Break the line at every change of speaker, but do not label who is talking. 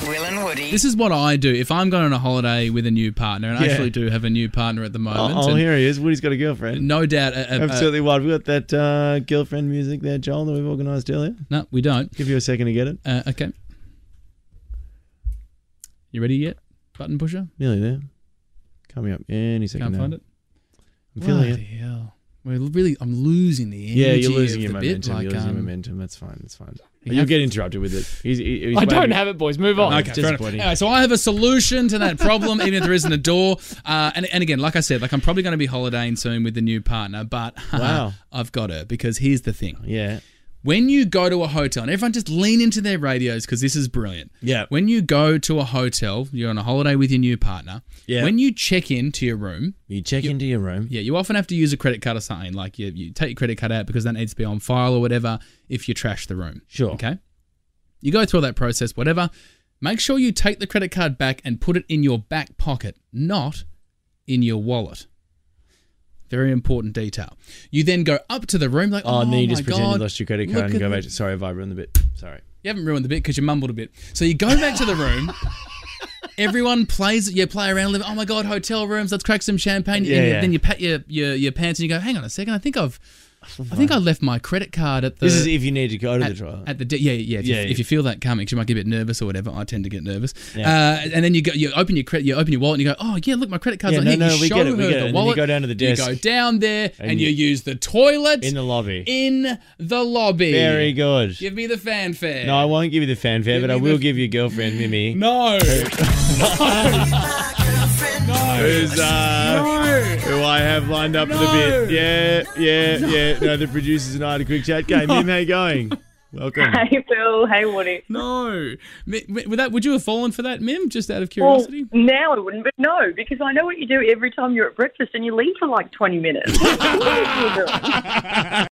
and Woody.
This is what I do if I'm going on a holiday with a new partner, and I
Yeah.
actually do have a new partner at the moment.
Oh, oh,
and
here he is. Woody's got a girlfriend.
no doubt. uh, A, a,
Absolutely wild. We've got that uh, girlfriend music there, Joel, that we've organised earlier.
A, no, we don't.
Give you a second to get it.
Uh, okay. You ready yet? Button pusher?
Nearly there. Coming up any 2nd
Can't
now.
find it.
I'm feeling
Bloody
it.
hell. We're really, I'm losing the energy.
Yeah, you're losing
of
your
the bit,
momentum.
like,
you're losing
um,
your momentum. That's fine. That's fine.
you
You'll
have-
get interrupted with it. He's, he- he's
I don't
waiting.
have it, boys. Move on.
Oh,
Okay, fair enough.
disappointing.
Anyway, so I have a solution to that problem, even if there isn't a door. Uh, and, and again, like I said, like I'm probably going to be holidaying soon with the new partner, but
Wow.
I've got her because here's the thing:
Yeah.
when you go to a hotel, and everyone just lean into their radios because this is brilliant.
Yeah.
When you go to a hotel, you're on a holiday with your new partner.
Yeah.
When you check in to your room,
You check into your room.
yeah, you often have to use a credit card or something. Like you, you take your credit card out because that needs to be on file or whatever if you trash the room.
Sure.
Okay. You go through all that process, whatever. Make sure you take the credit card back and put it in your back pocket, not in your wallet. Very important detail. You then go up to the room, like, oh,
Oh, and then you
my
just pretend
God,
you lost your credit
look
card and
at
go
the-
back. To, sorry, if I ruined the bit. Sorry.
You haven't ruined the bit because you mumbled a bit. So you go back to the room. Everyone plays. You play around. a little bit. Oh my god, hotel rooms. Let's crack some champagne.
Yeah,
and you-
yeah.
Then you pat your, your your pants and you go, hang on a second. I think I've, I think I left my credit card at the.
this is if you need to go to the
at,
trial.
at the de- yeah yeah if,
Yeah,
you,
yeah.
if you feel that coming 'cause you might get a bit nervous or whatever I tend to get nervous
Yeah.
uh, and then you go you open your credit you open your wallet and you go oh yeah look my credit card's
Yeah,
on
no,
here
no,
you
we
show
get it,
her
we get it.
the
And then you
wallet
go down to the
you go
desk.
down there and,
And
you,
you-
use the toilet
in the lobby.
in the lobby
Very good.
give me the fanfare
No, I won't give you the fanfare,
Give
but I
me the
will
f-
give your girlfriend Mimi,
no
who's uh,
no
who I have lined up for
No.
the bit. Yeah, yeah, yeah. No, the producers and I had a quick chat game. Mim, how you going? Welcome.
Hey Phil, hey Woody.
no Mi- mi- would that would you have fallen for that Mim just out of
Well,
curiosity
now I wouldn't, but no, because I know what you do every time you're at breakfast and you leave for like 20 minutes. That's what you do.